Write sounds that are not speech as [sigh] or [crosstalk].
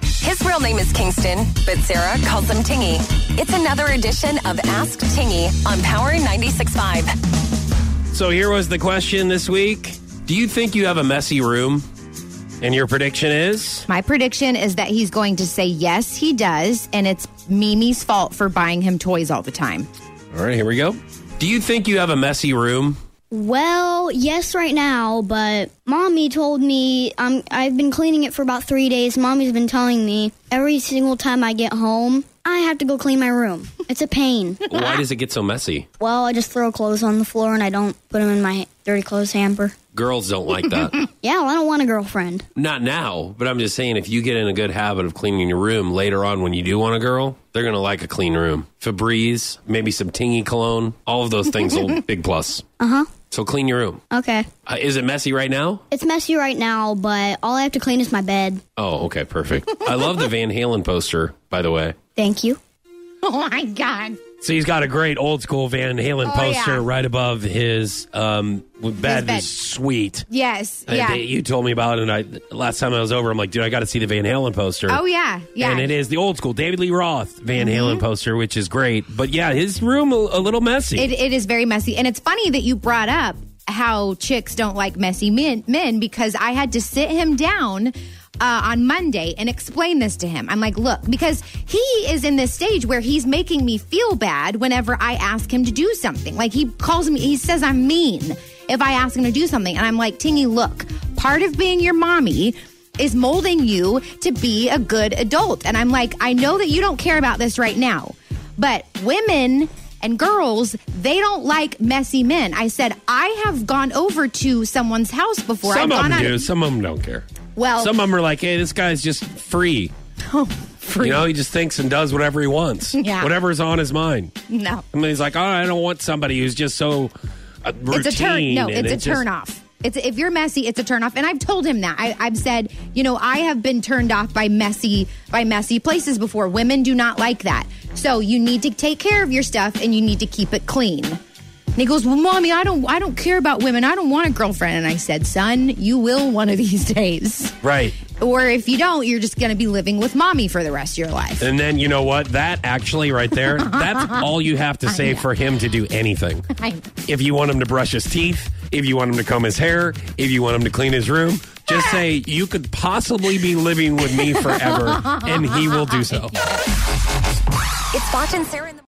His real name is Kingston, but Sarah calls him Tingy. It's another edition of Ask Tingy on Power 96.5. So here was the question this week. Do you think you have a messy room? And your prediction is? My prediction is that he's going to say yes, he does, and it's Mimi's fault for buying him toys all the time. All right, here we go. Do you think you have a messy room? Well, yes, right now, but mommy told me um, I've been cleaning it for about three days. Mommy's been telling me every single time I get home, I have to go clean my room. It's a pain. Why does it get so messy? well, I just throw clothes on the floor and I don't put them in my dirty clothes hamper. Girls don't like that. Yeah, well, I don't want a girlfriend. Not now, but I'm just saying if you get in a good habit of cleaning your room later on when you do want a girl, they're going to like a clean room. Febreze, maybe some tingy cologne, all of those things will big plus. Uh-huh. So clean your room. Okay. Uh, is it messy right now? It's messy right now, but all I have to clean is my bed. Oh, okay, perfect. I love the Van Halen poster, by the way. Thank you. [laughs] Oh my God. So he's got a great old school Van Halen Oh, poster yeah. right above his um bed. bed. Is sweet. Yes. Uh, that Yeah. you told me about, and I last time I was over, I'm like, dude, I got to see the Van Halen poster. Oh, yeah. Yeah. Mm-hmm. And it is the old school David Lee Roth Van Halen poster, which is great. But yeah, his room a, a little messy. It, it is very messy. And it's funny that you brought up how chicks don't like messy men, men because I had to sit him down. Uh, on Monday, and explain this to him. I'm like, look, because he is in this stage where he's making me feel bad whenever I ask him to do something. Like, he calls me, he says I'm mean if I ask him to do something. And I'm like, Tingy, look, part of being your mommy is molding you to be a good adult. And I'm like, I know that you don't care about this right now, but women and girls, they don't like messy men. I said, I have gone over to someone's house before. some I've of gone them out- do, some of them don't care. Well- Oh, some of them are like, hey, this guy's just [laughs] free. Free. You know, he just thinks and does whatever he wants, [laughs] Yeah. whatever's on his mind. No. And then he's like, oh, I don't want somebody who's just so uh, routine. It's a turn. No, and it's a just- turn off. It's if you're messy, it's a turn off. And I've told him that. I, I've said, you know, I have been turned off by messy by messy places before. Women do not like that. So you need to take care of your stuff and you need to keep it clean. And he goes, Well, mommy, I don't I don't care about women. I don't want a girlfriend. And I said, Son, you will one of these [laughs] days. Right. Or if you don't, you're just gonna be living with mommy for the rest of your life. And then you know what? That actually right there, that's all you have to say for him to do anything. I- If you want him to brush his teeth, if you want him to comb his hair, if you want him to clean his room, just say you could possibly be living with me forever and he will do so. It's Foch and Sarah in the